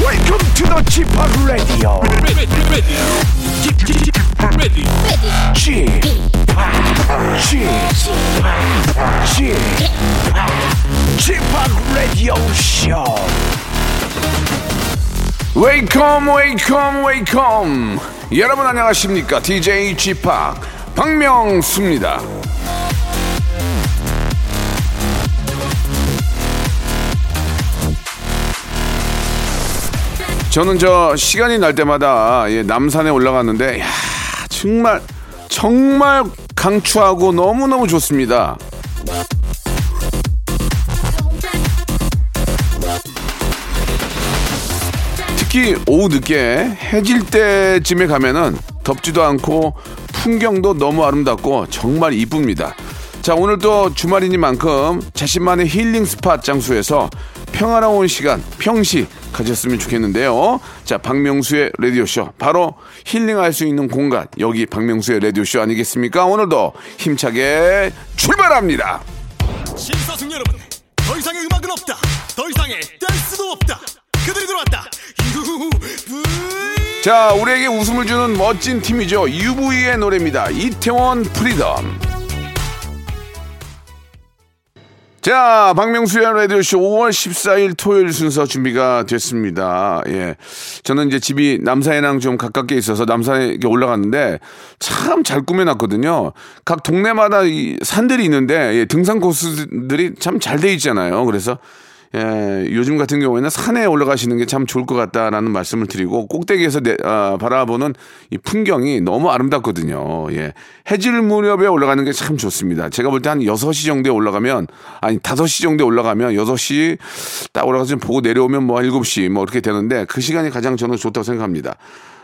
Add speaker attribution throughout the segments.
Speaker 1: Welcome to the g p o p Radio.
Speaker 2: ready, ready, ready, ready.
Speaker 1: g p o p G p o p Radio Show.
Speaker 3: 웨이컴 웨이컴 웨이컴 여러분 안녕하십니까 DJ g p o p 박명수입니다 저는 저 시간이 날 때마다 예, 남산에 올라갔는데 야, 정말 정말 강추하고 너무너무 좋습니다 특히 오후 늦게 해질 때쯤에 가면은 덥지도 않고 풍경도 너무 아름답고 정말 이쁩니다. 자, 오늘 또 주말이니만큼 자신만의 힐링 스팟 장소에서 평화로운 시간, 평시 가졌으면 좋겠는데요. 자, 박명수의 라디오쇼. 바로 힐링할 수 있는 공간. 여기 박명수의 라디오쇼 아니겠습니까? 오늘도 힘차게 출발합니다.
Speaker 4: 심사숙 여러분 더 이상의 음악은 없다 더 이상의 댄스도 없다 그들이 돌아왔다 유후
Speaker 3: 자, 우리에게 웃음을 주는 멋진 팀이죠. UV의 노래입니다. 이태원 프리덤. 자, 박명수의 라디오쇼 5월 14일 토요일 순서 준비가 됐습니다. 예. 저는 이제 집이 남산이랑 좀 가깝게 있어서 남산에 이렇게 올라갔는데 참 잘 꾸며놨거든요. 각 동네마다 이 산들이 있는데 예, 등산 코스들이 참 잘 돼 있잖아요. 그래서 예, 요즘 같은 경우에는 산에 올라가시는 게 참 좋을 것 같다라는 말씀을 드리고 꼭대기에서 내, 아, 바라보는 이 풍경이 너무 아름답거든요. 예. 해질 무렵에 올라가는 게 참 좋습니다. 제가 볼 때 한 6시 정도에 올라가면 아니 5시 정도에 올라가면 6시 딱 올라가서 좀 보고 내려오면 뭐 7시 뭐 이렇게 되는데 그 시간이 가장 저는 좋다고 생각합니다.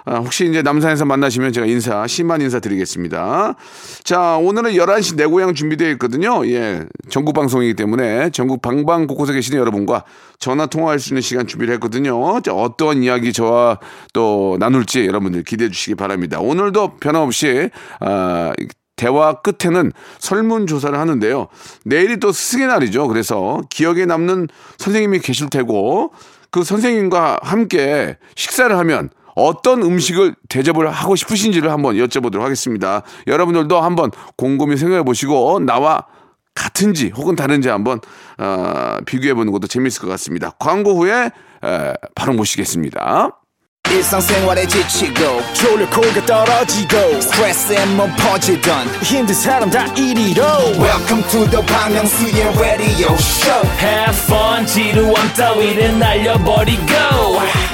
Speaker 3: 아, 혹시 이제 남산에서 만나시면 제가 인사, 심한 인사 드리겠습니다. 자, 오늘은 11시 내 고향 준비되어 있거든요. 예. 전국 방송이기 때문에 전국 방방 곳곳에 계시는 여러분과 전화 통화할 수 있는 시간 준비를 했거든요. 자, 어떤 이야기 저와 또 나눌지 여러분들 기대해 주시기 바랍니다. 오늘도 변함없이, 아, 대화 끝에는 설문조사를 하는데요. 내일이 또 스승의 날이죠. 그래서 기억에 남는 선생님이 계실 테고 그 선생님과 함께 식사를 하면 어떤 음식을 대접을 하고 싶으신지를 한번 여쭤보도록 하겠습니다. 여러분들도 한번 곰곰이 생각해 보시고 나와 같은지 혹은 다른지 한번 어, 비교해 보는 것도 재미있을 것 같습니다. 광고 후에 에, 바로 모시겠습니다.
Speaker 5: 일상생활에 지치고, 졸려 코가 떨어지고, 스트레스에 몸 퍼지던,
Speaker 4: 힘든 사람 다 이리로
Speaker 5: welcome to the Bang Myung-soo's radio show
Speaker 6: Have fun 지루함 따위를 날려버리고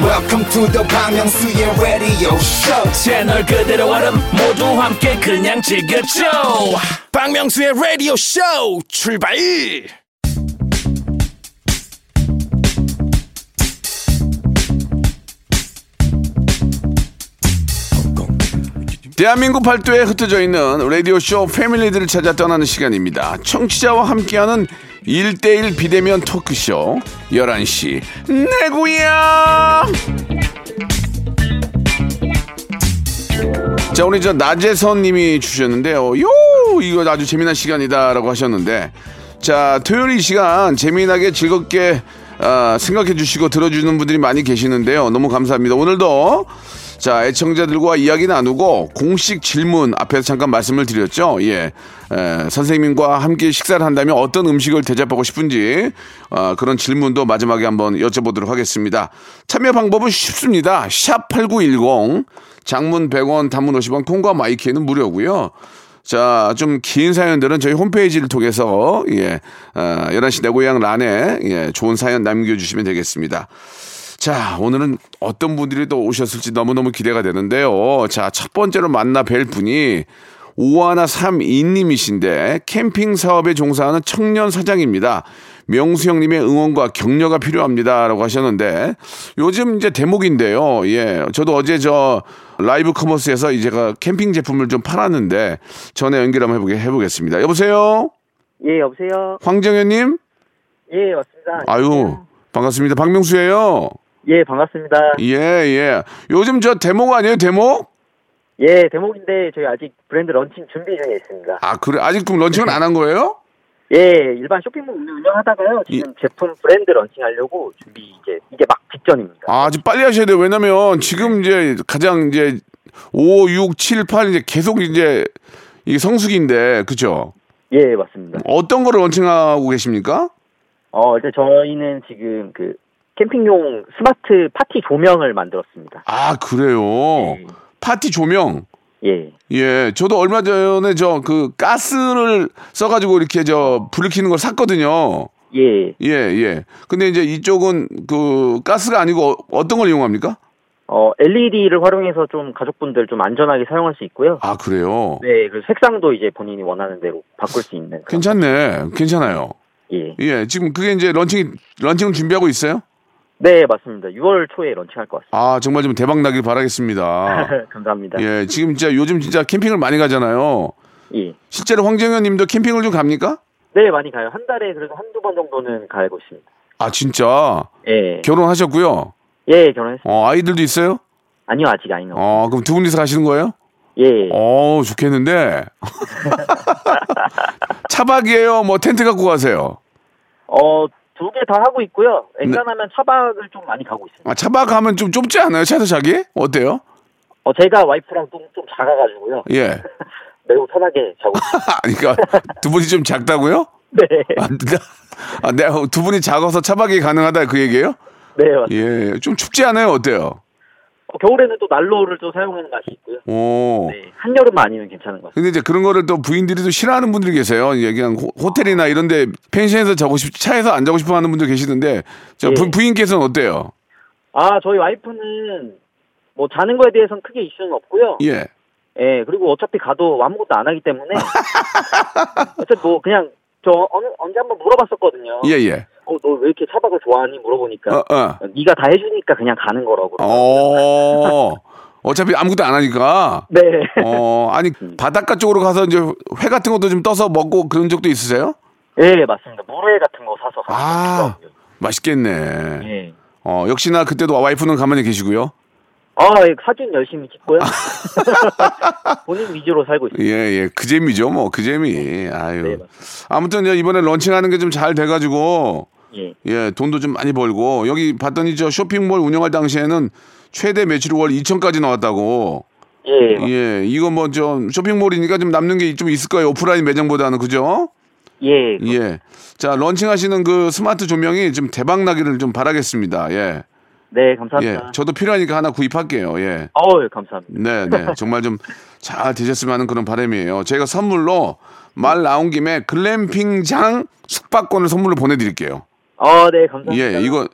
Speaker 5: welcome to the Bang Myung-soo's radio show
Speaker 6: 채널 그대로 얼음 모두 함께 그냥 즐겨줘
Speaker 4: 박명수의 라디오 쇼 출발
Speaker 3: 대한민국 팔도에 흩어져 있는 라디오쇼 패밀리들을 찾아 떠나는 시간입니다. 청취자와 함께하는 1대1 비대면 토크쇼 11시 내 고향 자 우리 저 나재선 님이 주셨는데요. 어, 요 이거 아주 재미난 시간이다라고 하셨는데 자 토요일 이 시간 재미나게 즐겁게 아, 생각해 주시고 들어주는 분들이 많이 계시는데요. 너무 감사합니다. 오늘도 자 애청자들과 이야기 나누고 공식 질문 앞에서 잠깐 말씀을 드렸죠. 예. 에, 선생님과 함께 식사를 한다면 어떤 음식을 대접하고 싶은지 아, 그런 질문도 마지막에 한번 여쭤보도록 하겠습니다. 참여 방법은 쉽습니다. 샵 8910 장문 100원 단문 50원 콩과 마이키에는 무료고요. 자, 좀 긴 사연들은 저희 홈페이지를 통해서, 예, 어, 11시 내 고향 란에, 예, 좋은 사연 남겨주시면 되겠습니다. 자, 오늘은 어떤 분들이 또 오셨을지 너무너무 기대가 되는데요. 자, 첫 번째로 만나 뵐 분이 5132님이신데 캠핑 사업에 종사하는 청년 사장입니다. 명수 형님의 응원과 격려가 필요합니다라고 하셨는데 요즘 이제 대목인데요. 예, 저도 어제 저 라이브 커머스에서 이제 제가 캠핑 제품을 좀 팔았는데 전에 연결 한번 해보게 해보겠습니다. 여보세요,
Speaker 7: 예, 여보세요.
Speaker 3: 황정현님.
Speaker 7: 예, 맞습니다.
Speaker 3: 아유 반갑습니다. 박명수예요.
Speaker 7: 예, 반갑습니다.
Speaker 3: 예, 예. 요즘 저 대목 아니에요, 대목?
Speaker 7: 예, 대목인데 저희 아직 브랜드 런칭 준비 중에 있습니다.
Speaker 3: 아, 그래. 아직 그럼 런칭은 안 한 거예요?
Speaker 7: 예, 일반 쇼핑몰 운영- 운영하다가요. 지금 제품 브랜드 런칭하려고 준비 이제 이게 막 직전입니다.
Speaker 3: 아, 아주 빨리 하셔야 돼요. 왜냐면 지금 이제 가장 이제 5, 6, 7, 8 이제 계속 이제 이게 성수기인데, 그죠?
Speaker 7: 예, 맞습니다.
Speaker 3: 어떤 거를 런칭하고 계십니까?
Speaker 7: 어, 일단 저희는 지금 그 캠핑용 스마트 파티 조명을 만들었습니다.
Speaker 3: 아, 그래요.
Speaker 7: 음.
Speaker 3: 파티 조명.
Speaker 7: 예.
Speaker 3: 예, 저도 얼마 전에 저 그 가스를 써가지고 이렇게 저 불을 켜는 걸 샀거든요.
Speaker 7: 예.
Speaker 3: 예, 예. 근데 이제 이쪽은 그 가스가 아니고 어- 어떤 걸 이용합니까?
Speaker 7: 어, LED를 활용해서 좀 가족분들 좀 안전하게 사용할 수 있고요.
Speaker 3: 아, 그래요.
Speaker 7: 네, 그 색상도 이제 본인이 원하는 대로 바꿀 수 있는. 그런-
Speaker 3: 괜찮네. 괜찮아요.
Speaker 7: 예.
Speaker 3: 예, 지금 그게 이제 런칭, 런칭 준비하고 있어요?
Speaker 7: 네, 맞습니다. 6월 초에 런칭할 것 같습니다.
Speaker 3: 아, 정말 좀 대박 나길 바라겠습니다.
Speaker 7: 감사합니다. 예.
Speaker 3: 예, 지금 진짜 요즘 진짜 캠핑을 많이 가잖아요. 실제로 황정현 님도 캠핑을 좀 갑니까?
Speaker 7: 네, 예. 많이 가요. 한 달에 그래도 한두 번 정도는 가고 있습니다.
Speaker 3: 아, 진짜.
Speaker 7: 예.
Speaker 3: 결혼하셨고요.
Speaker 7: 예, 결혼했어요.
Speaker 3: 어, 아이들도 있어요?
Speaker 7: 아니요, 아직 아니요.
Speaker 3: 어, 그럼 두 분이서 가시는 거예요?
Speaker 7: 예.
Speaker 3: 어, 좋겠는데. 차박이에요? 뭐 텐트 갖고 가세요?
Speaker 7: 어, 두 개 다 하고 있고요.
Speaker 3: 네.
Speaker 7: 웬만하면 차박을 좀 많이 가고 있습니다.
Speaker 3: 아, 차박하면 좀 좁지 않아요? 차에서 자기? 어때요?
Speaker 7: 어, 제가 와이프랑 좀, 좀 작아가지고요.
Speaker 3: 예.
Speaker 7: 매우 편하게 자고 있습니다.
Speaker 3: 아, 그러니까 두 분이 좀 작다고요?
Speaker 7: 네.
Speaker 3: 아, 나- 아, 내가 두 분이 작아서 차박이 가능하다 그 얘기예요?
Speaker 7: 네, 맞습니다.
Speaker 3: 예, 좀 춥지 않아요? 어때요?
Speaker 7: 어, 겨울에는 또 난로를 또 사용하는 맛이 있고요.
Speaker 3: 오.
Speaker 7: 네. 한여름 아니면 괜찮은 것 같습니다.
Speaker 3: 근데 이제 그런 거를 또 부인들이 또 싫어하는 분들이 계세요. 이제 그냥 호- 호텔이나 이런데 펜션에서 자고 싶, 차에서 안 자고 싶어 하는 분들 계시던데, 저
Speaker 7: 예.
Speaker 3: 부, 부인께서는 어때요?
Speaker 7: 아, 저희 와이프는 뭐 자는 거에 대해서는 크게 이슈는 없고요.
Speaker 3: 예.
Speaker 7: 예, 그리고 어차피 가도 아무것도 안 하기 때문에. 어차피 뭐 그냥 저 어느, 언제 한번 물어봤었거든요.
Speaker 3: 예, 예.
Speaker 7: 어, 너 왜 이렇게 차박을 좋아하니? 물어보니까.
Speaker 3: 어, 어.
Speaker 7: 네가 다 해주니까 그냥 가는 거라고.
Speaker 3: 어. 어차피 아무것도 안 하니까.
Speaker 7: 네.
Speaker 3: 어, 아니,
Speaker 7: 음.
Speaker 3: 바닷가 쪽으로 가서 이제 회 같은 것도 좀 떠서 먹고 그런 적도 있으세요?
Speaker 7: 예, 맞습니다. 물회 같은 거 사서.
Speaker 3: 아,
Speaker 7: 가지고 있더라고요.
Speaker 3: 맛있겠네.
Speaker 7: 예.
Speaker 3: 어, 역시나 그때도 와이프는 가만히 계시고요.
Speaker 7: 아, 예, 사진 열심히 찍고요. 본인 위주로 살고 있습니다.
Speaker 3: 예, 예. 그 재미죠, 뭐. 그 재미.
Speaker 7: 네,
Speaker 3: 아유.
Speaker 7: 맞습니다.
Speaker 3: 아무튼 이제 이번에 런칭하는 게 좀 잘 돼가지고,
Speaker 7: 예.
Speaker 3: 예, 돈도 좀 많이 벌고, 여기 봤더니 저 쇼핑몰 운영할 당시에는 최대 매출 월 2천까지 나왔다고.
Speaker 7: 예. 맞-
Speaker 3: 예, 이거 뭐 좀 쇼핑몰이니까 좀 남는 게 좀 있을 거예요. 오프라인 매장보다는, 그죠?
Speaker 7: 예.
Speaker 3: 예. 자, 런칭하시는 그 스마트 조명이 좀 대박 나기를 좀 바라겠습니다. 예.
Speaker 7: 네,
Speaker 3: 예.
Speaker 7: 감사합니다.
Speaker 3: 저도 필요하니까 하나 구입할게요. 예.
Speaker 7: 어우, 감사합니다.
Speaker 3: 네, 네. 정말 좀 잘 되셨으면 하는 그런 바람이에요. 저희가 선물로 말 나온 김에 글램핑장 숙박권을 선물로 보내드릴게요.
Speaker 7: 어, 네, 감사합니다.
Speaker 3: 예, 이거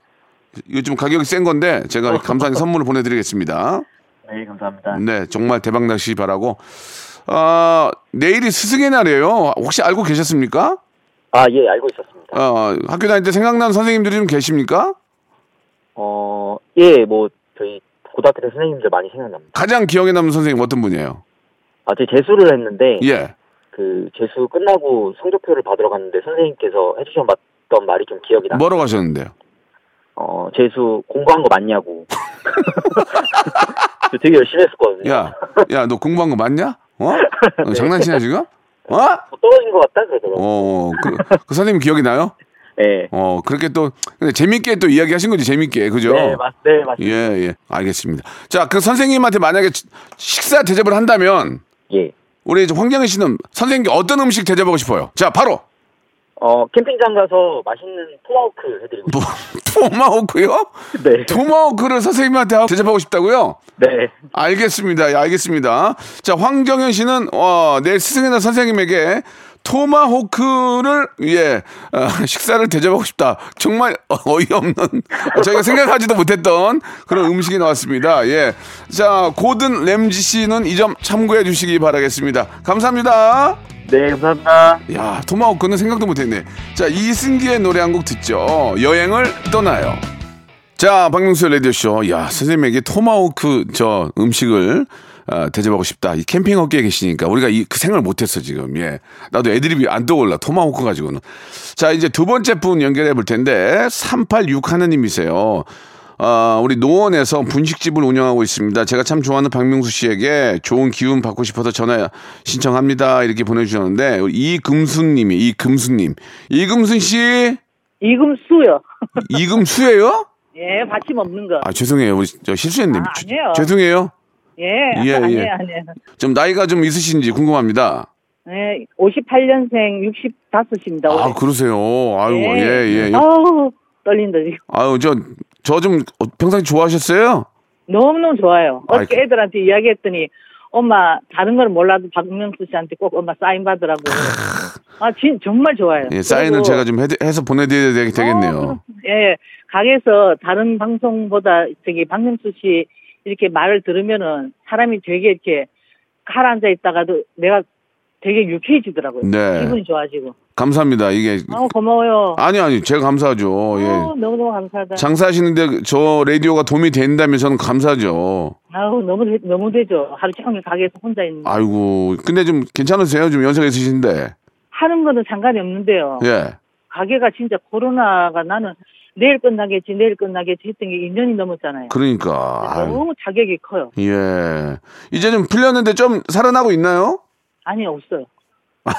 Speaker 3: 이거 좀 가격이 센 건데 제가 감사하게 선물로 보내드리겠습니다.
Speaker 7: 어. 네, 감사합니다.
Speaker 3: 네, 정말 대박 나시 바라고. 아, 내일이 스승의 날이에요. 혹시 알고 계셨습니까?
Speaker 7: 아, 예, 알고 있었습니다.
Speaker 3: 어, 학교 다닐 때 생각나는 선생님들이 좀 계십니까?
Speaker 7: 어, 예, 뭐, 저희 고등학교 때 선생님들 많이 생각납니다.
Speaker 3: 가장 기억에 남는 선생님 어떤 분이에요?
Speaker 7: 아, 제가 재수를 했는데,
Speaker 3: 예.
Speaker 7: 그, 재수 끝나고 성적표를 받으러 갔는데, 선생님께서 해주셨던 말이 좀 기억이 나.
Speaker 3: 뭐라고 하셨는데요?
Speaker 7: 어, 재수 공부한 거 맞냐고. 저 되게 열심히 했었거든요.
Speaker 3: 야, 야, 너 공부한 거 맞냐? 어? 어, 장난치냐 지금? 어?
Speaker 7: 뭐 떨어진 것 같다 그러더라고요.
Speaker 3: 어, 그, 그 선생님 기억이 나요?
Speaker 7: 예.
Speaker 3: 어, 그렇게 또, 근데 재밌게 또 이야기 하신 거지, 재밌게. 그죠?
Speaker 7: 네, 맞, 네, 맞,
Speaker 3: 예, 예. 알겠습니다. 자, 그 선생님한테 만약에 치- 식사 대접을 한다면,
Speaker 7: 예.
Speaker 3: 우리 이제 황경희 씨는 선생님께 어떤 음식 대접하고 싶어요? 자, 바로!
Speaker 7: 어, 캠핑장 가서 맛있는 토마호크 해드리고
Speaker 3: 뭐, 토마호크요?
Speaker 7: 네.
Speaker 3: 토마호크를 선생님한테 대접하고 싶다고요?
Speaker 7: 네.
Speaker 3: 알겠습니다. 예, 알겠습니다. 자, 황정현 씨는 어, 내일 스승이나 선생님에게 토마호크를 예 아, 식사를 대접하고 싶다. 정말 어- 어이없는 저희가 생각하지도 못했던 그런 음식이 나왔습니다. 예, 자 고든 램지 씨는 이 점 참고해 주시기 바라겠습니다. 감사합니다.
Speaker 7: 네, 감사합니다.
Speaker 3: 야, 토마호크는 생각도 못했네. 자, 이승기의 노래 한 곡 듣죠. 여행을 떠나요. 자, 박명수 레디오쇼. 야, 선생님에게 토마호크 저 음식을 아, 대접하고 싶다. 이 캠핑 업계에 계시니까 우리가 이 그 생각을 못했어 지금. 예, 나도 애드립이 안 떠올라 토마호크 가지고는. 자, 이제 두 번째 분 연결해 볼 텐데 386 하나님이세요. 아, 우리 노원에서 분식집을 운영하고 있습니다. 제가 참 좋아하는 박명수 씨에게 좋은 기운 받고 싶어서 전화 신청합니다. 이렇게 보내주셨는데 이금순님이 이금순님 이금순 씨
Speaker 6: 이금수요.
Speaker 3: 이금수예요?
Speaker 6: 예, 받침 없는 거.
Speaker 3: 아 죄송해요, 우리 저 실수했네요.
Speaker 6: 아, 아니에요.
Speaker 3: 죄송해요.
Speaker 6: 예,
Speaker 3: 예,
Speaker 6: 아니에요,
Speaker 3: 예.
Speaker 6: 아니에요.
Speaker 3: 좀 나이가 좀 있으신지 궁금합니다.
Speaker 6: 예, 58년생 65입니다.
Speaker 3: 아 그러세요. 아유 예예.
Speaker 6: 어. 아우, 떨린다, 지금.
Speaker 3: 아유 저 저 좀 어, 평상시 좋아하셨어요?
Speaker 6: 너무너무 좋아요. 어저께
Speaker 3: 아이고. 그-
Speaker 6: 애들한테 이야기했더니, 엄마, 다른 건 몰라도 박명수 씨한테 꼭 엄마 사인 받으라고. 아, 진, 정말 좋아요.
Speaker 3: 예, 사인은
Speaker 6: 그리고,
Speaker 3: 제가 좀 해드- 해서 보내드려야 되겠-
Speaker 6: 어,
Speaker 3: 되겠네요.
Speaker 6: 그럼, 예, 가게에서 다른 방송보다 저기 박명수 씨 이렇게 말을 들으면은 사람이 되게 이렇게 가라앉아 있다가도 내가 되게 유쾌해지더라고요.
Speaker 3: 네.
Speaker 6: 기분이 좋아지고.
Speaker 3: 감사합니다. 이게
Speaker 6: 아 고마워요.
Speaker 3: 아니 아니 제가 감사하죠.
Speaker 6: 아우,
Speaker 3: 예.
Speaker 6: 너무너무 감사하다.
Speaker 3: 장사하시는데 저 라디오가 도움이 된다면 저는 감사하죠.
Speaker 6: 아우, 너무, 되- 너무 되죠. 하루 종일 가게에서 혼자 있는. 데
Speaker 3: 아이고 근데 좀 괜찮으세요? 좀 연세가 있으신데.
Speaker 6: 하는 거는 상관이 없는데요.
Speaker 3: 예.
Speaker 6: 가게가 진짜 코로나가 나는 내일 끝나겠지, 내일 끝나겠지 했던 게 2년이 넘었잖아요.
Speaker 3: 그러니까. 아유,
Speaker 6: 너무 자격이 커요.
Speaker 3: 예. 이제 좀 풀렸는데 좀 살아나고 있나요?
Speaker 6: 아니, 없어요.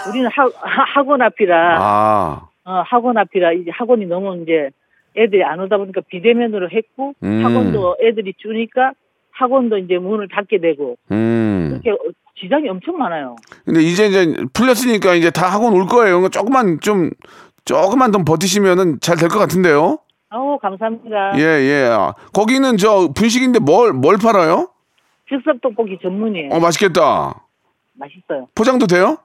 Speaker 6: 우리는 하, 하- 학원 앞이라,
Speaker 3: 아.
Speaker 6: 어, 학원 앞이라, 이제 학원이 너무 이제 애들이 안 오다 보니까 비대면으로 했고,
Speaker 3: 음.
Speaker 6: 학원도 애들이 주니까 학원도 이제 문을 닫게 되고,
Speaker 3: 음.
Speaker 6: 이렇게 어, 지장이 엄청 많아요.
Speaker 3: 근데 이제 이제 풀렸으니까 이제 다 학원 올 거예요. 그러니까 조금만 좀 조금만 더 버티시면은 잘 될 것 같은데요.
Speaker 6: 아우, 어, 감사합니다.
Speaker 3: 예, 예. 아, 거기는 저 분식인데 뭘 뭘 팔아요?
Speaker 6: 즉석떡볶이 전문이에요.
Speaker 3: 어, 맛있겠다.
Speaker 6: 맛있어요.
Speaker 3: 포장도 돼요?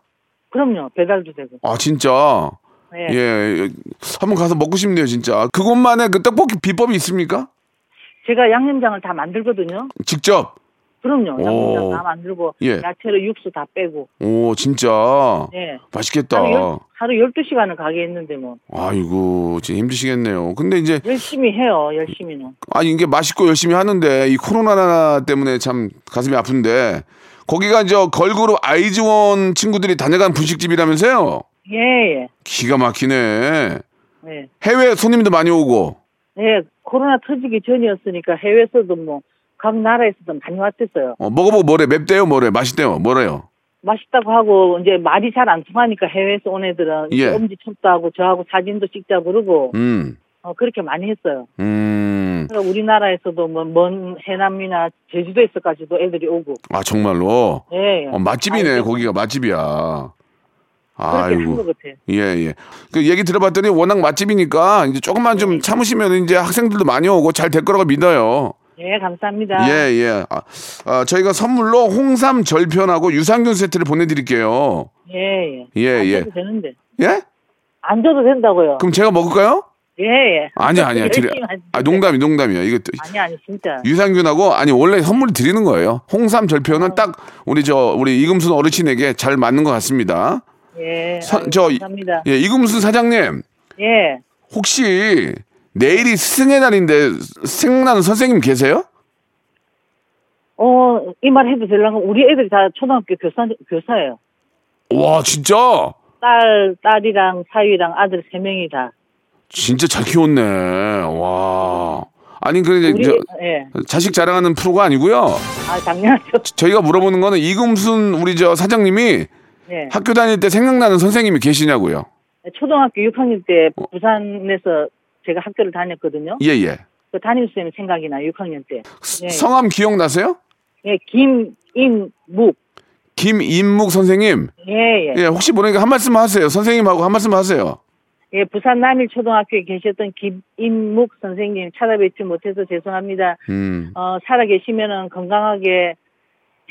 Speaker 6: 그럼요. 배달도 되고.
Speaker 3: 아, 진짜.
Speaker 6: 네.
Speaker 3: 예. 한번 가서 먹고 싶네요, 진짜. 그곳만의 그 떡볶이 비법이 있습니까?
Speaker 6: 제가 양념장을 다 만들거든요.
Speaker 3: 직접.
Speaker 6: 그럼요.
Speaker 3: 오.
Speaker 6: 양념장 다 만들고
Speaker 3: 예.
Speaker 6: 야채로 육수 다 빼고.
Speaker 3: 오, 진짜.
Speaker 6: 예.
Speaker 3: 맛있겠다.
Speaker 6: 하루, 열, 하루 12시간을 가게 했는데 뭐
Speaker 3: 아이고, 진짜 힘드시겠네요. 근데 이제
Speaker 6: 열심히 해요. 열심히는.
Speaker 3: 아니 이게 맛있고 열심히 하는데 이 코로나 때문에 참 가슴이 아픈데 거기가 저 걸그룹 아이즈원 친구들이 다녀간 분식집이라면서요?
Speaker 6: 예, 예.
Speaker 3: 기가 막히네.
Speaker 6: 예.
Speaker 3: 해외 손님도 많이 오고.
Speaker 6: 예, 코로나 터지기 전이었으니까 해외에서도 뭐 각 나라에서도 많이 왔었어요.
Speaker 3: 어, 먹어보고 뭐래? 맵대요, 뭐래? 맛있대요, 뭐래요?
Speaker 6: 맛있다고 하고 이제 말이 잘 안 통하니까 해외에서 온 애들은
Speaker 3: 예.
Speaker 6: 엄지 춤도 하고 저하고 사진도 찍자 그러고
Speaker 3: 음,
Speaker 6: 어, 그렇게 많이 했어요.
Speaker 3: 음,
Speaker 6: 그러니까 우리나라에서도 뭐 먼 해남이나 제주도에서까지도 애들이 오고.
Speaker 3: 아 정말로.
Speaker 6: 예. 예.
Speaker 3: 어, 맛집이네,
Speaker 6: 아이고.
Speaker 3: 거기가 맛집이야.
Speaker 6: 그렇게 한
Speaker 3: 아이고.
Speaker 6: 것 같아요.
Speaker 3: 예, 예. 그 얘기 들어봤더니 워낙 맛집이니까 이제 조금만
Speaker 6: 네.
Speaker 3: 좀 참으시면 이제 학생들도 많이 오고 잘 될 거라고 믿어요.
Speaker 6: 예, 감사합니다.
Speaker 3: 예, 예. 아, 아, 저희가 선물로 홍삼 절편하고 유산균 세트를 보내드릴게요.
Speaker 6: 예, 예.
Speaker 3: 예,
Speaker 6: 안
Speaker 3: 예.
Speaker 6: 줘도 되는데.
Speaker 3: 예?
Speaker 6: 안 줘도 된다고요.
Speaker 3: 그럼 제가 먹을까요?
Speaker 6: 예, 예.
Speaker 3: 아니야, 아니야. 드려.
Speaker 6: 열심히 하시는데.
Speaker 3: 아, 농담이, 농담이야. 이거 또-
Speaker 6: 아니, 아니, 진짜.
Speaker 3: 유산균하고 아니 원래 선물 드리는 거예요. 홍삼 절편은 딱 우리 저 우리 이금순 어르신에게 잘 맞는 것 같습니다.
Speaker 6: 예.
Speaker 3: 선-
Speaker 6: 아유,
Speaker 3: 저-
Speaker 6: 감사합니다.
Speaker 3: 예, 이금순 사장님
Speaker 6: 예.
Speaker 3: 혹시 내일이 스승의 날인데 생나는 선생님 계세요?
Speaker 6: 어, 이 말 해도 되려면 우리 애들이 다 초등학교 교사, 교사예요.
Speaker 3: 와 진짜
Speaker 6: 딸, 딸이랑 사위랑 아들 세 명이 다.
Speaker 3: 진짜 잘 키웠네. 와 아니 그래
Speaker 6: 우리,
Speaker 3: 이제
Speaker 6: 예.
Speaker 3: 자식 자랑하는 프로가 아니고요.
Speaker 6: 아, 당연하죠.
Speaker 3: 저희가 물어보는 거는 이금순 우리 저 사장님이
Speaker 6: 예.
Speaker 3: 학교 다닐 때 생각나는 선생님이 계시냐고요.
Speaker 6: 초등학교 6학년 때 부산에서 제가 학교를 다녔거든요.
Speaker 3: 예, 예.
Speaker 6: 그 담임선생님 생각이 나요, 6학년 때. 예.
Speaker 3: 성함 기억나세요?
Speaker 6: 예, 김, 임, 묵.
Speaker 3: 김인묵 선생님.
Speaker 6: 예, 예.
Speaker 3: 예, 혹시 모르니까 한 말씀 하세요. 선생님하고 한 말씀 하세요.
Speaker 6: 예, 부산 남일초등학교에 계셨던 김인묵 선생님 찾아뵙지 못해서 죄송합니다.
Speaker 3: 음.
Speaker 6: 어, 살아계시면은 건강하게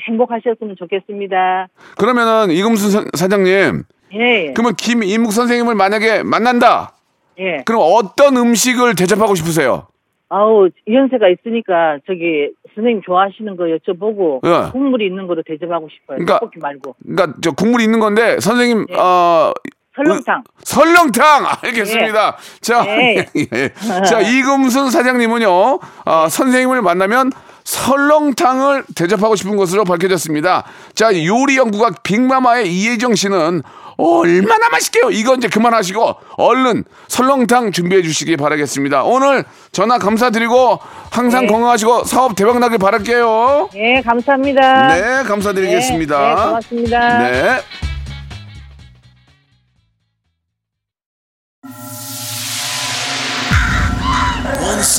Speaker 6: 행복하셨으면 좋겠습니다.
Speaker 3: 그러면은 이금순 사- 사장님,
Speaker 6: 예, 예.
Speaker 3: 그러면 김인묵 선생님을 만약에 만난다.
Speaker 6: 예.
Speaker 3: 그럼 어떤 음식을 대접하고 싶으세요?
Speaker 6: 아우, 연세가 있으니까 저기 선생님 좋아하시는 거 여쭤보고
Speaker 3: 예.
Speaker 6: 국물이 있는 거로 대접하고 싶어요.
Speaker 3: 그러니까-
Speaker 6: 떡볶이 말고.
Speaker 3: 그러니까 저 국물이 있는 건데 선생님 어
Speaker 6: 설렁탕.
Speaker 3: 설렁탕 알겠습니다. 자,
Speaker 6: 예.
Speaker 3: 예. 자 이금순 사장님은요 아, 선생님을 만나면 설렁탕을 대접하고 싶은 것으로 밝혀졌습니다. 자 요리 연구가 빅마마의 이혜정 씨는 얼마나 맛있게요. 이거 이제 그만하시고 얼른 설렁탕 준비해 주시기 바라겠습니다. 오늘 전화 감사드리고 항상
Speaker 8: 네.
Speaker 3: 건강하시고 사업 대박 나길 바랄게요.
Speaker 6: 예,
Speaker 8: 네, 감사합니다.
Speaker 3: 네, 감사드리겠습니다.
Speaker 8: 네, 네, 고맙습니다.
Speaker 3: 네.
Speaker 1: Once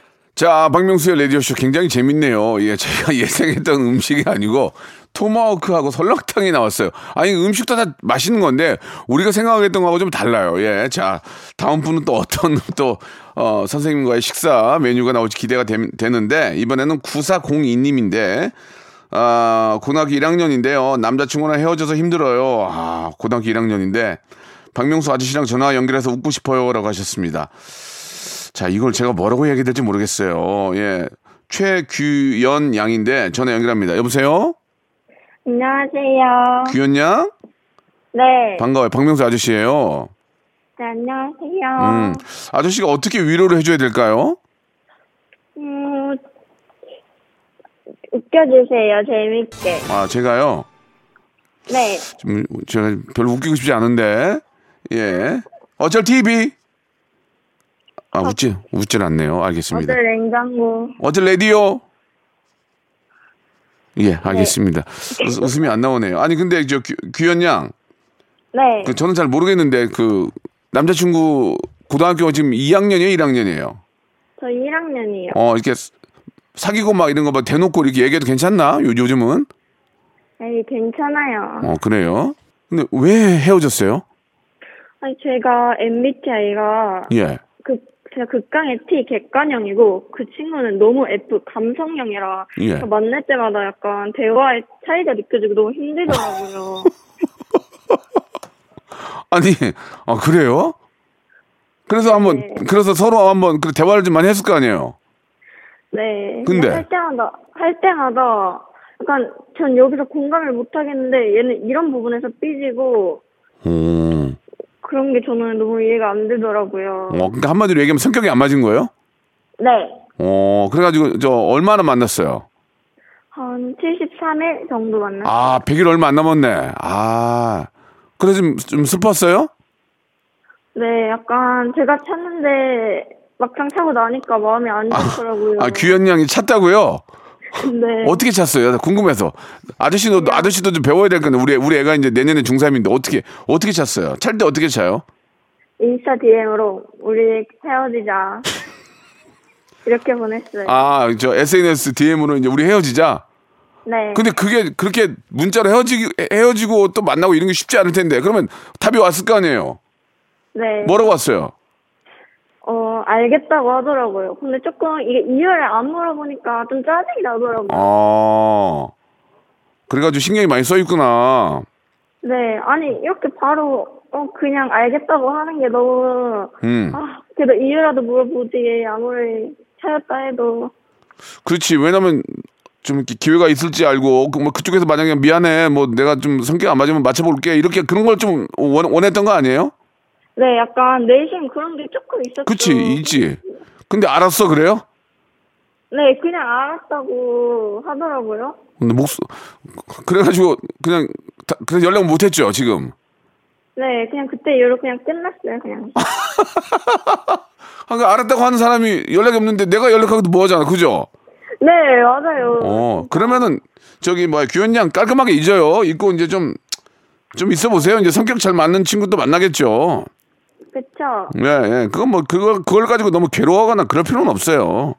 Speaker 3: 자, 박명수의 라디오쇼 굉장히 재밌네요. 예, 제가 예상했던 음식이 아니고 토마호크하고 설렁탕이 나왔어요. 아니, 음식도 다 맛있는 건데 우리가 생각했던 거하고 좀 달라요. 예, 자, 다음 분은 또 어떤 또 어, 선생님과의 식사 메뉴가 나올지 기대가 되, 는데 이번에는 9402님인데 아, 고등학교 1학년인데요. 남자친구랑 헤어져서 힘들어요. 아, 고등학교 1학년인데 박명수 아저씨랑 전화 연결해서 웃고 싶어요라고 하셨습니다. 자, 이걸 제가 뭐라고 얘기 될지 모르겠어요. 예. 최규연 양인데 전화 연결합니다. 여보세요?
Speaker 9: 안녕하세요.
Speaker 3: 규연 양?
Speaker 9: 네.
Speaker 3: 반가워요. 박명수 아저씨예요.
Speaker 9: 네, 안녕하세요.
Speaker 3: 음. 아저씨가 어떻게 위로를 해줘야 될까요?
Speaker 9: 음, 웃겨주세요. 재밌게.
Speaker 3: 아, 제가요.
Speaker 9: 네.
Speaker 3: 좀 제가 별로 웃기고 싶지 않은데. 예. 어쩔 TV. 아, 웃지 웃질 않네요. 알겠습니다.
Speaker 9: 어. 어제 냉장고.
Speaker 3: 어쩔 라디오. 예,
Speaker 9: 네.
Speaker 3: 알겠습니다. 웃- 웃음이 안 나오네요. 아니 근데 저 규- 규현 양.
Speaker 9: 네.
Speaker 3: 그 저는 잘 모르겠는데 그 남자친구 고등학교 지금 2학년이에요, 1학년이에요.
Speaker 9: 저 1학년이요.
Speaker 3: 어 이렇게 사- 사귀고 막 이런 거 막 대놓고 이렇게 얘기해도 괜찮나? 요, 요즘은
Speaker 9: 네, 괜찮아요.
Speaker 3: 어 그래요. 근데 왜 헤어졌어요?
Speaker 9: 아니, 제가 MBTI가
Speaker 3: 예.
Speaker 9: 극, 제가 극강의 T 객관형이고 그 친구는 너무 F 감성형이라
Speaker 3: 예.
Speaker 9: 그래서 만날 때마다 약간 대화의 차이가 느껴지고 너무 힘들더라고요.
Speaker 3: 아니, 아 그래요? 그래서 한번 그래서 서로 한번 그 대화를 좀 많이 했을 거 아니에요.
Speaker 9: 네.
Speaker 3: 근데?
Speaker 9: 할 때마다 할 때마다 약간 전 여기서 공감을 못 하겠는데 얘는 이런 부분에서 삐지고
Speaker 3: 오.
Speaker 9: 그런 게 저는 너무 이해가 안 되더라고요.
Speaker 3: 어 그러니까 한마디로 얘기하면 성격이 안 맞은 거예요?
Speaker 9: 네.
Speaker 3: 어 그래가지고 저 얼마나 만났어요?
Speaker 9: 한 73일 정도 만났어요.
Speaker 3: 아 100일 얼마 안 남았네. 아 그래서 좀, 좀 슬펐어요?
Speaker 9: 네, 약간 제가 찾는데 막상 차고 나니까 마음이 안 좋더라고요.
Speaker 3: 아, 규현 양이 찼다고요?
Speaker 9: 네.
Speaker 3: 어떻게 찼어요? 나 궁금해서. 아저씨도 아저씨도 좀 배워야 될 건데 우리 우리 애가 이제 내년에 중3인데 어떻게 어떻게 찼어요? 찰 때 어떻게 차요?
Speaker 9: 인스타 DM으로 우리 헤어지자. 이렇게 보냈어요.
Speaker 3: 아, 저 SNS DM으로 이제 우리 헤어지자.
Speaker 9: 네.
Speaker 3: 근데 그게 그렇게 문자로 헤어지 헤어지고 또 만나고 이런 게 쉽지 않을 텐데. 그러면 답이 왔을 거 아니에요.
Speaker 9: 네.
Speaker 3: 뭐라고 왔어요?
Speaker 9: 어, 알겠다고 하더라고요. 근데 조금 이게 이유를 안 물어보니까 좀 짜증이 나더라고요.
Speaker 3: 아. 그래 가지고 신경이 많이 써 있구나.
Speaker 9: 네, 아니, 이렇게 바로, 어, 그냥 알겠다고 하는 게 너무,
Speaker 3: 음.
Speaker 9: 아, 그래도 이유라도 물어보지. 아무리 차였다 해도.
Speaker 3: 그렇지. 왜냐면 좀 이렇게 기회가 있을지 알고 그뭐 그쪽에서 만약에 미안해 뭐 내가 좀 성격 안 맞으면 맞춰볼게 이렇게 그런 걸 좀 원했던 거 아니에요?
Speaker 9: 네, 약간 내심 그런 게 조금 있었죠.
Speaker 3: 그치 있지. 근데 알았어 그래요?
Speaker 9: 네, 그냥 알았다고 하더라고요.
Speaker 3: 근데 목 그래가지고 그냥 다- 그래서 연락 못했죠 지금.
Speaker 9: 네, 그냥 그때 이후로 그냥 끝났어요, 그냥.
Speaker 3: 아, 그 알았다고 하는 사람이 연락이 없는데 내가 연락하고도 뭐하잖아 그죠?
Speaker 9: 네, 맞아요.
Speaker 3: 어 그러면은 저기 뭐야 규현 양 깔끔하게 잊어요. 잊고 이제 좀 좀 있어 보세요. 이제 성격 잘 맞는 친구도 만나겠죠.
Speaker 9: 그쵸?
Speaker 3: 예, 예. 그건 뭐, 그거, 그걸 가지고 너무 괴로워하거나 그럴 필요는 없어요.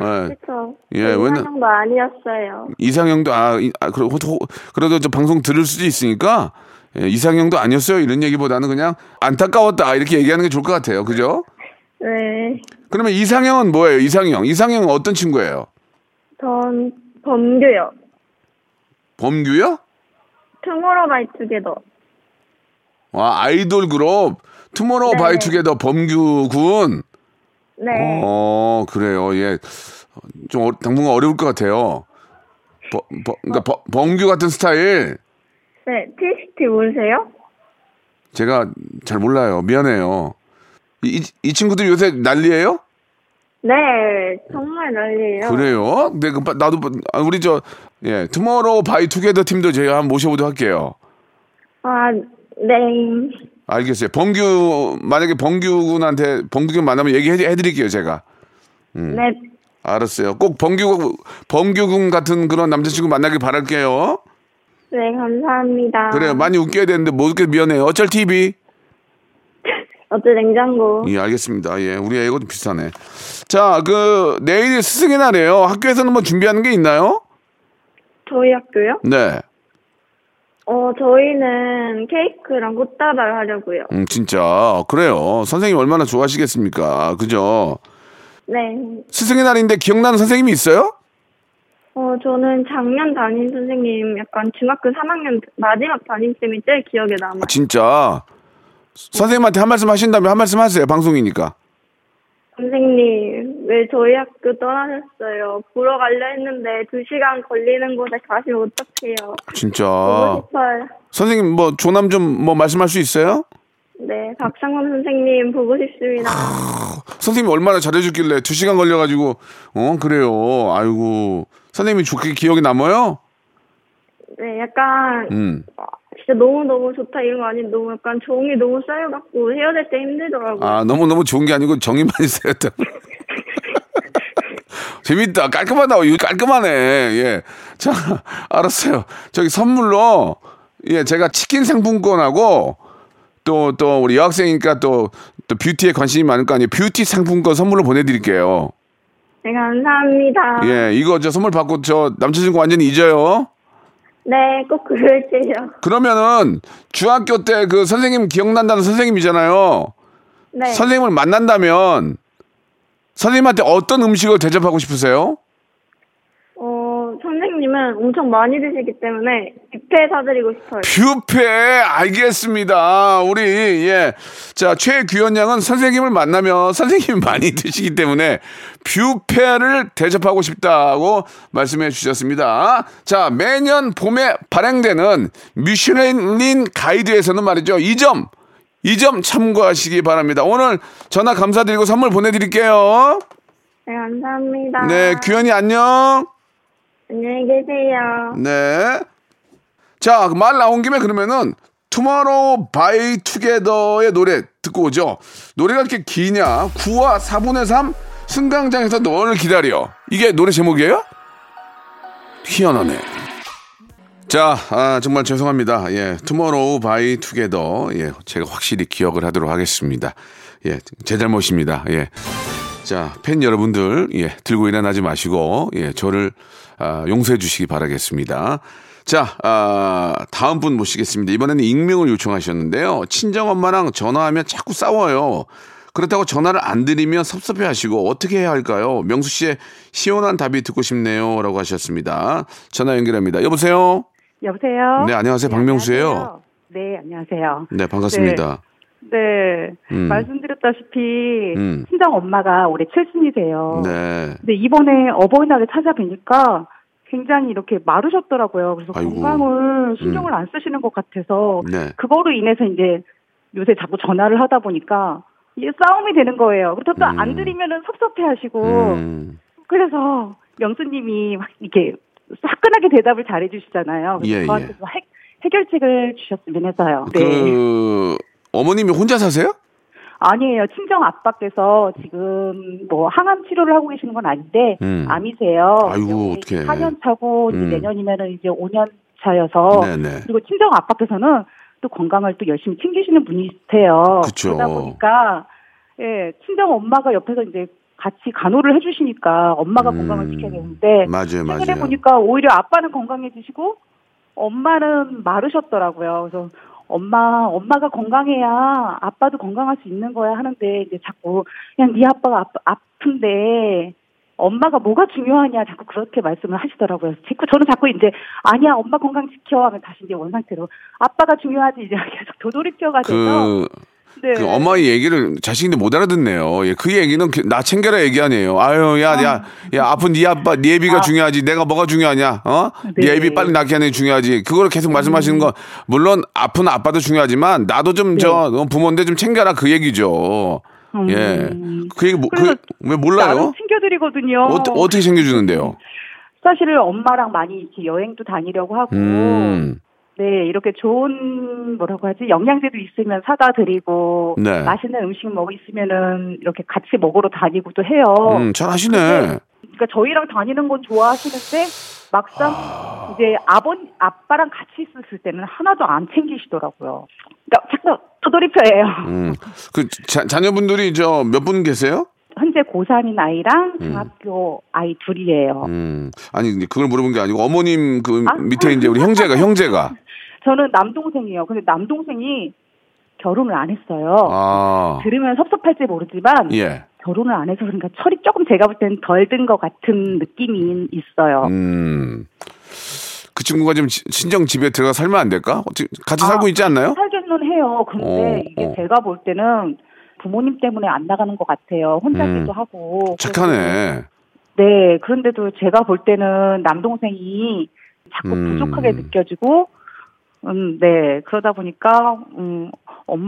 Speaker 3: 예.
Speaker 9: 그쵸?
Speaker 3: 예, 왜냐-
Speaker 9: 왜냐도 아니었어요.
Speaker 3: 이상형도, 아, 이- 아 그래도, 호- 그래도 저 방송 들을 수도 있으니까, 예, 이상형도 아니었어요. 이런 얘기보다는 그냥 안타까웠다. 이렇게 얘기하는 게 좋을 것 같아요. 그죠?
Speaker 9: 네,
Speaker 3: 그러면 이상형은 뭐예요? 이상형. 이상형은 어떤 친구예요?
Speaker 9: 전 범규요.
Speaker 3: 범규요?
Speaker 9: 투모로우바이투게더.
Speaker 3: 와, 아이돌 그룹, 투모로우 바이 투게더 범규 군.
Speaker 9: 네.
Speaker 3: 어, 그래요. 예. 좀 어- 당분간 어려울 것 같아요. 버, 버, 그러니까 버- 범규 같은 스타일
Speaker 9: 네. TXT 모르세요?
Speaker 3: 제가 잘 몰라요. 미안해요. 이, 이, 이 친구들 요새 난리예요?
Speaker 9: 네. 정말 난리예요.
Speaker 3: 그래요? 네, 그, 빠- 나도 빠- 아, 우리 저 예, 투모로우 바이 투게더 팀도 제가 한번 모셔보도록 할게요.
Speaker 9: 아, 네.
Speaker 3: 알겠어요. 범규 만약에 범규군한테 범규군 만나면 얘기해 드릴게요, 제가. 음.
Speaker 9: 네.
Speaker 3: 알았어요. 꼭 범규 범규군 같은 그런 남자친구 만나길 바랄게요.
Speaker 9: 네, 감사합니다.
Speaker 3: 그래요. 많이 웃겨야 되는데 못 웃겨 미안해요. 어쩔 TV.
Speaker 9: 어째 냉장고.
Speaker 3: 예, 알겠습니다. 예, 우리 애가 좀 비슷하네. 자, 그 내일이 스승의 날이에요. 학교에서는 뭐 준비하는 게 있나요?
Speaker 9: 저희 학교요?
Speaker 3: 네.
Speaker 9: 어, 저희는 케이크랑 꽃다발 하려고요.
Speaker 3: 음, 진짜 그래요. 선생님 얼마나 좋아하시겠습니까? 그죠?
Speaker 9: 네.
Speaker 3: 스승의 날인데 기억나는 선생님이 있어요?
Speaker 9: 어, 저는 작년 담임 선생님 약간 중학교 3학년 마지막 담임쌤이 제일 기억에 남아요.
Speaker 3: 아, 진짜 선생님한테 한 말씀 하신다면 한 말씀 하세요. 방송이니까.
Speaker 9: 선생님, 왜 저희 학교 떠나셨어요? 보러 가려 했는데 2시간 걸리는 곳에 가시면 어떡해요?
Speaker 3: 진짜
Speaker 9: 보고 싶어요.
Speaker 3: 선생님 뭐 조남 좀 뭐 말씀할 수 있어요?
Speaker 9: 네, 박상범 선생님 보고 싶습니다.
Speaker 3: 선생님이 얼마나 잘해줬길래 두 시간 걸려가지고 어 그래요. 아이고 선생님이 좋게 기억이 남아요?
Speaker 9: 네, 약간
Speaker 3: 음.
Speaker 9: 진짜 너무너무 좋다 이런 거 아닌데 너무 약간 정이 너무 쌓여갖고 헤어질 때 힘들더라고요.
Speaker 3: 아 너무 너무 좋은 게 아니고 정이 많이 쌓였다. 재밌다. 깔끔하다. 어, 이거 깔끔하네. 예. 자, 알았어요. 저기 선물로 예, 제가 치킨 상품권하고 또 또 우리 여학생이니까 또 또 뷰티에 관심이 많을 거 아니에요. 뷰티 상품권 선물로 보내드릴게요.
Speaker 9: 네, 감사합니다.
Speaker 3: 예, 이거 저 선물 받고 저 남자친구 완전히 잊어요.
Speaker 9: 네, 꼭 그럴게요.
Speaker 3: 그러면은 중학교 때 그 선생님 기억난다는 선생님이잖아요.
Speaker 9: 네.
Speaker 3: 선생님을 만난다면 선생님한테 어떤 음식을 대접하고 싶으세요?
Speaker 9: 어, 선생님은 엄청 많이 드시기 때문에 뷔페 사드리고 싶어요.
Speaker 3: 뷔페 알겠습니다. 우리 예. 자, 최규현 양은 선생님을 만나면 선생님이 많이 드시기 때문에 뷔페를 대접하고 싶다고 말씀해 주셨습니다. 자, 매년 봄에 발행되는 미슐랭린 가이드에서는 말이죠. 이 점 이 점 참고하시기 바랍니다. 오늘 전화 감사드리고 선물 보내 드릴게요.
Speaker 9: 네, 감사합니다.
Speaker 3: 네, 규현이 안녕.
Speaker 9: 안녕히 계세요.
Speaker 3: 네. 자, 그 말 나온 김에 그러면은 투모로우 바이 투게더의 노래 듣고 오죠. 노래가 이렇게 기냐? 9와 4분의 3 승강장에서 널 기다려. 이게 노래 제목이에요? 희한하네. 자, 아, 정말 죄송합니다. 예, 투모로우 바이 투게더. 예, 제가 확실히 기억을 하도록 하겠습니다. 예, 제 잘못입니다. 예. 자, 팬 여러분들, 예, 들고 일어나지 마시고, 예, 저를, 아, 용서해 주시기 바라겠습니다. 자, 아, 다음 분 모시겠습니다. 이번에는 익명을 요청하셨는데요. 친정엄마랑 전화하면 자꾸 싸워요. 그렇다고 전화를 안 드리면 섭섭해 하시고, 어떻게 해야 할까요? 명수 씨의 시원한 답이 듣고 싶네요. 라고 하셨습니다. 전화 연결합니다. 여보세요?
Speaker 8: 여보세요?
Speaker 3: 네, 안녕하세요. 박명수예요
Speaker 8: 네, 안녕하세요.
Speaker 3: 네, 반갑습니다.
Speaker 8: 네,
Speaker 3: 음.
Speaker 8: 말씀드렸다시피
Speaker 3: 음.
Speaker 8: 친정 엄마가 올해 70이세요.
Speaker 3: 네.
Speaker 8: 근데 이번에 어버이날에 찾아뵈니까 굉장히 이렇게 마르셨더라고요. 그래서
Speaker 3: 아이고. 음.
Speaker 8: 건강을 신경을 안 쓰시는 것 같아서
Speaker 3: 네.
Speaker 8: 그거로 인해서 이제 요새 자꾸 전화를 하다 보니까 이게 싸움이 되는 거예요. 그렇다고
Speaker 3: 음.
Speaker 8: 또 안 드리면은 섭섭해하시고
Speaker 3: 음,
Speaker 8: 그래서 명수님이 막 이렇게 화끈하게 대답을 잘해주시잖아요.
Speaker 3: 예,
Speaker 8: 그래서
Speaker 3: 예.
Speaker 8: 저한테 좀 해, 해결책을 주셨으면 해서요. 네.
Speaker 3: 그, 어머님이 혼자 사세요?
Speaker 8: 아니에요. 친정 아빠께서 지금 뭐 항암 치료를 하고 계시는 건 아닌데
Speaker 3: 음.
Speaker 8: 암이세요.
Speaker 3: 아이고, 어떡해.
Speaker 8: 4년 차고 이제
Speaker 3: 음.
Speaker 8: 내년이면은 이제 5년 차여서
Speaker 3: 네네.
Speaker 8: 그리고 친정 아빠께서는 또 건강을 또 열심히 챙기시는 분이세요.
Speaker 3: 그쵸.
Speaker 8: 러다 보니까 예, 친정 엄마가 옆에서 이제 같이 간호를 해주시니까 엄마가
Speaker 3: 음.
Speaker 8: 건강을 지켜야 되는데
Speaker 3: 맞아요,
Speaker 8: 최근에
Speaker 3: 맞아요.
Speaker 8: 보니까 오히려 아빠는 건강해지시고 엄마는 마르셨더라고요. 그래서 엄마 엄마가 건강해야 아빠도 건강할 수 있는 거야 하는데 이제 자꾸 그냥 네 아빠가 아프, 아픈데 엄마가 뭐가 중요하냐 자꾸 그렇게 말씀을 하시더라고요. 자꾸 저는 자꾸 이제 아니야 엄마 건강 지켜 하면 다시 이제 원상태로 아빠가 중요하지 이제 계속 도돌이표가 돼서
Speaker 3: 그
Speaker 8: 네.
Speaker 3: 그 엄마의 얘기를 자식인데 못 알아듣네요. 예, 그 얘기는 그- 나 챙겨라 얘기 아니에요. 아유, 야, 야, 야, 아픈 네 아빠, 네 애비가 중요하지. 내가 뭐가 중요하냐? 어? 네,
Speaker 8: 네. 음.
Speaker 3: 애비 빨리 낳게 하는 게 중요하지. 그걸 계속 말씀하시는 건 물론 아픈 아빠도 중요하지만 나도
Speaker 8: 네.
Speaker 3: 좀 저 어, 부모인데 좀 챙겨라 그 얘기죠. 예, 그 얘기 뭐, 그,
Speaker 8: 그래서
Speaker 3: 왜
Speaker 8: 음. 나름
Speaker 3: 몰라요?
Speaker 8: 챙겨드리거든요.
Speaker 3: 어, 어떻게 챙겨주는데요?
Speaker 8: 사실 엄마랑 많이 이렇게 여행도 다니려고 하고
Speaker 3: 음,
Speaker 8: 네, 이렇게 좋은 뭐라고 하지? 영양제도 있으면 사다 드리고
Speaker 3: 네.
Speaker 8: 맛있는 음식 먹고 있으면은 이렇게 같이 먹으러 다니고 도 해요.
Speaker 3: 음, 잘하시네.
Speaker 8: 그러니까 저희랑 다니는 건 좋아하시는데 막상
Speaker 3: 아.
Speaker 8: 이제 아버 아빠랑 같이 있었을 때는 하나도 안 챙기시더라고요. 그러니까 자꾸 떠돌이표예요.
Speaker 3: 음, 그 자, 자녀분들이 저 몇 분 계세요?
Speaker 8: 현재 고3인 아이랑 중학교 아이 둘이에요.
Speaker 3: 음, 아니 이제 그걸 물어본 게 아니고 어머님 그
Speaker 8: 아.
Speaker 3: 밑에 이제 우리 형제가 형제가
Speaker 8: 저는 남동생이에요. 근데 남동생이 결혼을 안 했어요.
Speaker 3: 아,
Speaker 8: 들으면 섭섭할지 모르지만
Speaker 3: 예,
Speaker 8: 결혼을 안 해서 그러니까 철이 조금 제가 볼 때는 덜 든 것 같은 느낌이 있어요.
Speaker 3: 음, 그 친구가 지금 지- 친정 집에 들어가 살면 안 될까? 어찌- 같이
Speaker 8: 아,
Speaker 3: 살고 있지 않나요?
Speaker 8: 살기는 해요. 근데
Speaker 3: 어,
Speaker 8: 이게
Speaker 3: 어.
Speaker 8: 제가 볼 때는 부모님 때문에 안 나가는 것 같아요. 혼자기도
Speaker 3: 음.
Speaker 8: 하고. 그래서-
Speaker 3: 착하네. 그러니까
Speaker 8: 네. 그런데도 제가 볼 때는 남동생이 자꾸
Speaker 3: 음.
Speaker 8: 부족하게 느껴지고, 음, 네. 그러다 보니까, 음,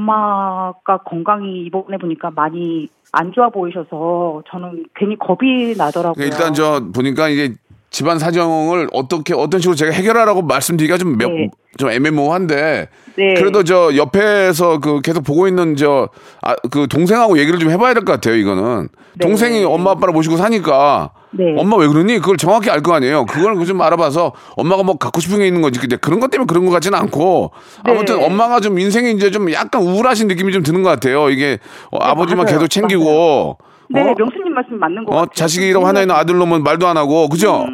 Speaker 8: 엄마가 건강이 이번에 보니까 많이 안 좋아 보이셔서 저는 괜히 겁이 나더라고요.
Speaker 3: 그러니까 일단 저 보니까 이제 집안 사정을 어떻게 어떤 식으로 제가 해결하라고 말씀드리기가 좀 몇,
Speaker 8: 네.
Speaker 3: 좀 애매모호한데
Speaker 8: 네.
Speaker 3: 그래도 저 옆에서 그 계속 보고 있는 저 아 그 동생하고 얘기를 좀 해봐야 될 것 같아요. 이거는
Speaker 8: 네.
Speaker 3: 동생이 엄마 아빠를 모시고 사니까
Speaker 8: 네.
Speaker 3: 엄마 왜 그러니 그걸 정확히 알 거 아니에요. 그걸 좀 알아봐서 엄마가 뭐 갖고 싶은 게 있는 건지 근데 그런 것 때문에 그런 것 같지는 않고
Speaker 8: 네.
Speaker 3: 아무튼 엄마가 좀 인생이 이제 좀 약간 우울하신 느낌이 좀 드는 것 같아요. 이게 어, 아버지만
Speaker 8: 네, 맞아요.
Speaker 3: 계속 챙기고
Speaker 8: 네,
Speaker 3: 어?
Speaker 8: 명수님 말씀 맞는 것
Speaker 3: 어,
Speaker 8: 같아요.
Speaker 3: 자식이라고 하나 있는 아들놈은 말도 안 하고 그죠?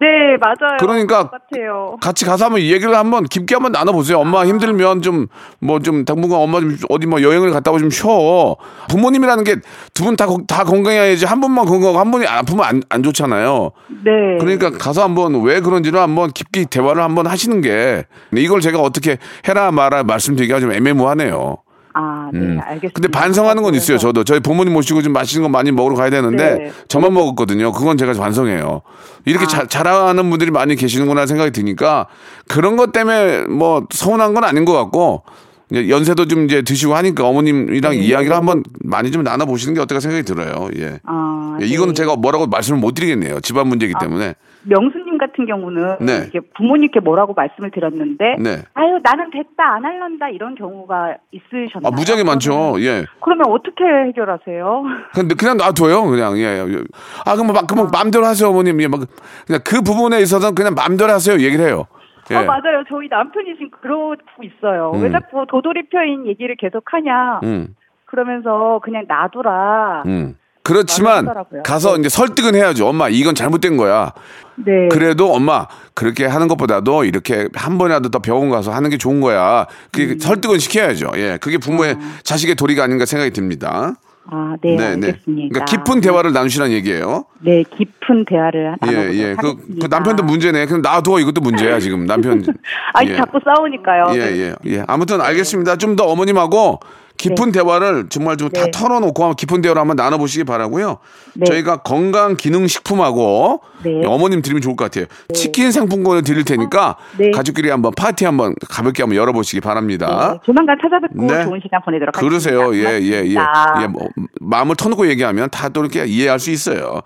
Speaker 8: 네, 맞아요.
Speaker 3: 그러니까
Speaker 8: 같아요.
Speaker 3: 같이 가서 한번 이 얘기를 한번 깊게 한번 나눠보세요. 엄마 힘들면 좀 뭐 좀 당분간 엄마 좀 어디 뭐 여행을 갔다 오고 좀 쉬어. 부모님이라는 게 두 분 다 다 건강해야지 한 분만 건강하고 한 분이 아프면 안, 안 좋잖아요.
Speaker 8: 네.
Speaker 3: 그러니까 가서 한번 왜 그런지를 한번 깊게 대화를 한번 하시는 게 근데 이걸 제가 어떻게 해라 마라 말씀드리기가 좀 애매모하네요.
Speaker 8: 아, 네,
Speaker 3: 음.
Speaker 8: 알겠습니다.
Speaker 3: 근데 반성하는 건 있어요. 저도 저희 부모님 모시고 좀 맛있는 거 많이 먹으러 가야 되는데
Speaker 8: 네.
Speaker 3: 저만 먹었거든요. 그건 제가 반성해요. 이렇게 자, 잘하는 분들이 많이 계시는구나 생각이 드니까 그런 것 때문에 뭐 서운한 건 아닌 것 같고 이제 연세도 좀 이제 드시고 하니까 어머님이랑 이야기를 한번 많이 좀 나눠 보시는 게 어떨까 생각이 들어요. 예.
Speaker 8: 아,
Speaker 3: 예,
Speaker 8: 네.
Speaker 3: 이거는 제가 뭐라고 말씀을 못 드리겠네요. 집안 문제이기 때문에.
Speaker 8: 명수님 같은 경우는
Speaker 3: 네.
Speaker 8: 이게 부모님께 뭐라고 말씀을 드렸는데
Speaker 3: 네.
Speaker 8: 아유, 나는 됐다. 안 할란다. 이런 경우가
Speaker 3: 아,
Speaker 8: 있으셨나요?
Speaker 3: 무지하게 많죠. 예.
Speaker 8: 그러면 어떻게 해결하세요?
Speaker 3: 근데 그냥 놔둬요. 그냥 예. 예. 아 그럼 막 그럼 마음대로 하세요, 어머님. 예, 막 그냥 그 부분에 있어서는 그냥 마음대로 하세요. 얘기를 해요. 예.
Speaker 8: 아, 맞아요. 저희 남편이 지금 그러고 있어요. 왜
Speaker 3: 음.
Speaker 8: 자꾸 도돌이표인 얘기를 계속 하냐?
Speaker 3: 음.
Speaker 8: 그러면서 그냥 놔둬라.
Speaker 3: 음. 그렇지만
Speaker 8: 하더라고요.
Speaker 3: 가서
Speaker 8: 네.
Speaker 3: 이제 설득은 해야죠. 엄마, 이건 잘못된 거야.
Speaker 8: 네.
Speaker 3: 그래도 엄마 그렇게 하는 것보다도 이렇게 한 번이라도 더 병원 가서 하는 게 좋은 거야. 그게
Speaker 8: 음.
Speaker 3: 설득은 시켜야죠. 예. 그게 부모의 자식의 도리가 아닌가 생각이 듭니다.
Speaker 8: 아, 어. 네, 알겠습니다.
Speaker 3: 그러니까 깊은 대화를 나누시라는 얘기예요.
Speaker 8: 네, 깊은 대화를
Speaker 3: 예,
Speaker 8: 나눠보도록
Speaker 3: 예. 그,
Speaker 8: 하겠습니다.
Speaker 3: 그 남편도 문제네. 그럼 놔둬 이것도 문제야, 지금. 남편.
Speaker 8: 아니
Speaker 3: 예.
Speaker 8: 자꾸 싸우니까요.
Speaker 3: 예, 예, 예. 아무튼 알겠습니다. 좀 더 어머님하고 깊은 대화를 정말 좀 다
Speaker 8: 네.
Speaker 3: 털어놓고 한번 깊은 대화를 한번 나눠보시기 바라고요.
Speaker 8: 네.
Speaker 3: 저희가 건강 기능 식품하고 예,
Speaker 8: 네.
Speaker 3: 어머님 드리면 좋을 것 같아요. 치킨 상품권을 드릴 테니까
Speaker 8: 네.
Speaker 3: 가족끼리 한번 파티 한번 가볍게 한번 열어보시기 바랍니다.
Speaker 8: 네, 조만간 찾아뵙고
Speaker 3: 아? 네.
Speaker 8: 좋은 시간 보내도록
Speaker 3: 그러세요. 예,
Speaker 8: 하겠습니다.
Speaker 3: 예, 예.
Speaker 8: 고맙습니다.
Speaker 3: 예, 뭐, 마음을 터놓고 얘기하면 다 또 이렇게 이해할 수 있어요.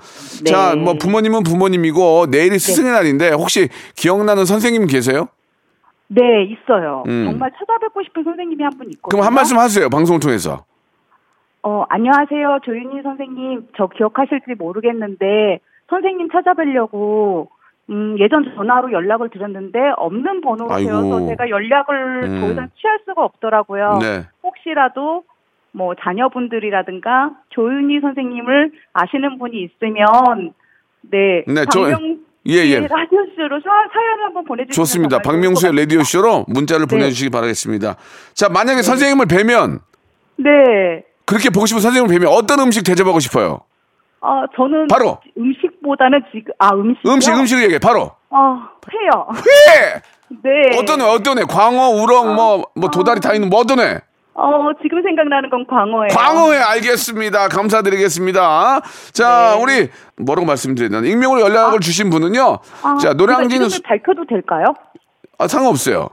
Speaker 8: 네.
Speaker 3: 자, 뭐 부모님은 부모님이고 내일이 스승의 날인데 혹시 기억나는 선생님 계세요?
Speaker 8: 네, 있어요.
Speaker 3: 음.
Speaker 8: 정말 찾아뵙고 싶은 선생님이 한 분 있거든요.
Speaker 3: 그럼 한 말씀 하세요. 방송을 통해서.
Speaker 8: 어, 안녕하세요. 조윤희 선생님. 저 기억하실지 모르겠는데 선생님 찾아뵈려고 음, 예전 전화로 연락을 드렸는데 없는 번호로
Speaker 3: 아이고.
Speaker 8: 되어서 제가 연락을
Speaker 3: 음.
Speaker 8: 더 이상 취할 수가 없더라고요.
Speaker 3: 네.
Speaker 8: 혹시라도 뭐 자녀분들이라든가 조윤희 선생님을 아시는 분이 있으면 네,
Speaker 3: 네, 저-
Speaker 8: 박명수
Speaker 3: 예, 예.
Speaker 8: 라디오쇼로 사- 사연을 한번 보내주시면
Speaker 3: 좋습니다. 네.
Speaker 8: 정말 좋을
Speaker 3: 박명수의
Speaker 8: 것 같-
Speaker 3: 라디오 쇼로 문자를 보내주시기 바라겠습니다. 자, 만약에 선생님을 뵈면
Speaker 8: 네,
Speaker 3: 그렇게 보고 싶은 선생님을 뵈면 어떤 음식 대접하고 싶어요?
Speaker 8: 어, 저는
Speaker 3: 바로!
Speaker 8: 음식보다는 지금 아 음식
Speaker 3: 음식 음식을 얘기해. 바로
Speaker 8: 어 회요.
Speaker 3: 회.
Speaker 8: 네.
Speaker 3: 어? 아. 어떤 회? 어떤 회? 광어, 우렁, 뭐 뭐 도다리 다 있는 뭐 어떤 회?
Speaker 8: 어, 지금 생각나는 건 광어예요.
Speaker 3: 광어에 알겠습니다. 감사드리겠습니다. 자, 우리 뭐라고 말씀드렸나? 익명으로 연락을 주신 분은요. 자, 노량진은
Speaker 8: 을 아, 밝혀도 될까요?
Speaker 3: 아, 상관없어요.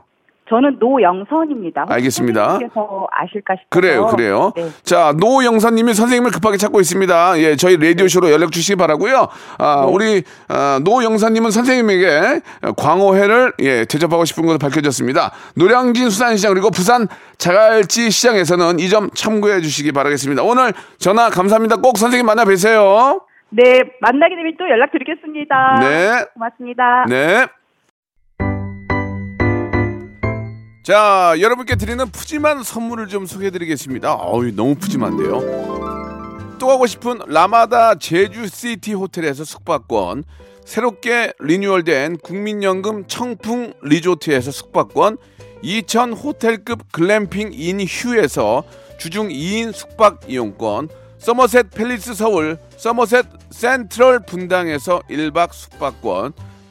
Speaker 8: 저는 노영선입니다. 혹시
Speaker 3: 알겠습니다.
Speaker 8: 선생님께서 아실까 싶어요.
Speaker 3: 그래요, 그래요.
Speaker 8: 네.
Speaker 3: 자, 노영선님이 선생님을 급하게 찾고 있습니다. 예, 저희 라디오쇼로 연락 주시기 바라고요 아,
Speaker 8: 네.
Speaker 3: 우리, 아, 노영선님은 선생님에게 광어회를, 예, 대접하고 싶은 것을 밝혀졌습니다. 노량진 수산시장, 그리고 부산 자갈치 시장에서는 이 점 참고해 주시기 바라겠습니다. 오늘 전화 감사합니다. 꼭 선생님 만나 뵈세요.
Speaker 8: 네, 만나게 되면 또 연락드리겠습니다.
Speaker 3: 네.
Speaker 8: 고맙습니다.
Speaker 3: 네. 자, 여러분께 드리는 푸짐한 선물을 좀 소개해 드리겠습니다. 어우, 너무 푸짐한데요. 또 가고 싶은 라마다 제주시티 호텔에서 숙박권, 새롭게 리뉴얼된 국민연금 청풍 리조트에서 숙박권, 2000 호텔급 글램핑 인 휴에서 주중 2인 숙박 이용권, 서머셋 팰리스 서울, 서머셋 센트럴 분당에서 1박 숙박권,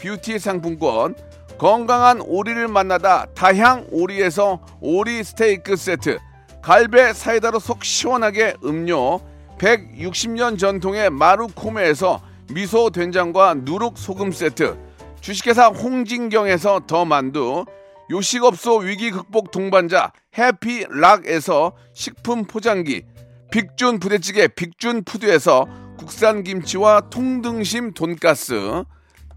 Speaker 3: 뷰티 상품권, 건강한 오리를 만나다 다향 오리에서 오리 스테이크 세트, 갈배 사이다로 속 시원하게 음료, 160년 전통의 마루코메에서 미소 된장과 누룩 소금 세트, 주식회사 홍진경에서 더 만두, 요식업소 위기 극복 동반자 해피락에서 식품 포장기, 빅준 부대찌개 빅준 푸드에서 국산 김치와 통등심 돈가스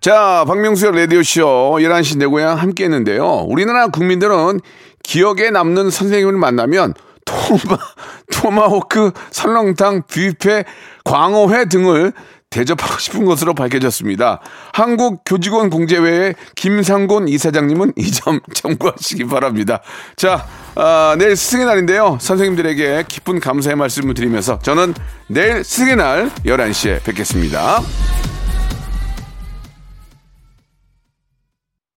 Speaker 3: 자, 박명수의 라디오쇼 11시 내 고향 함께 했는데요. 우리나라 국민들은 기억에 남는 선생님을 만나면 토마, 토마호크, 설렁탕, 뷔페, 광어회 등을 대접하고 싶은 것으로 밝혀졌습니다. 한국교직원공제회의 김상곤 이사장님은 이 점 참고하시기 바랍니다. 자, 아, 내일 스승의 날인데요. 선생님들에게 깊은 감사의 말씀을 드리면서 저는 내일 스승의 날 11시에 뵙겠습니다.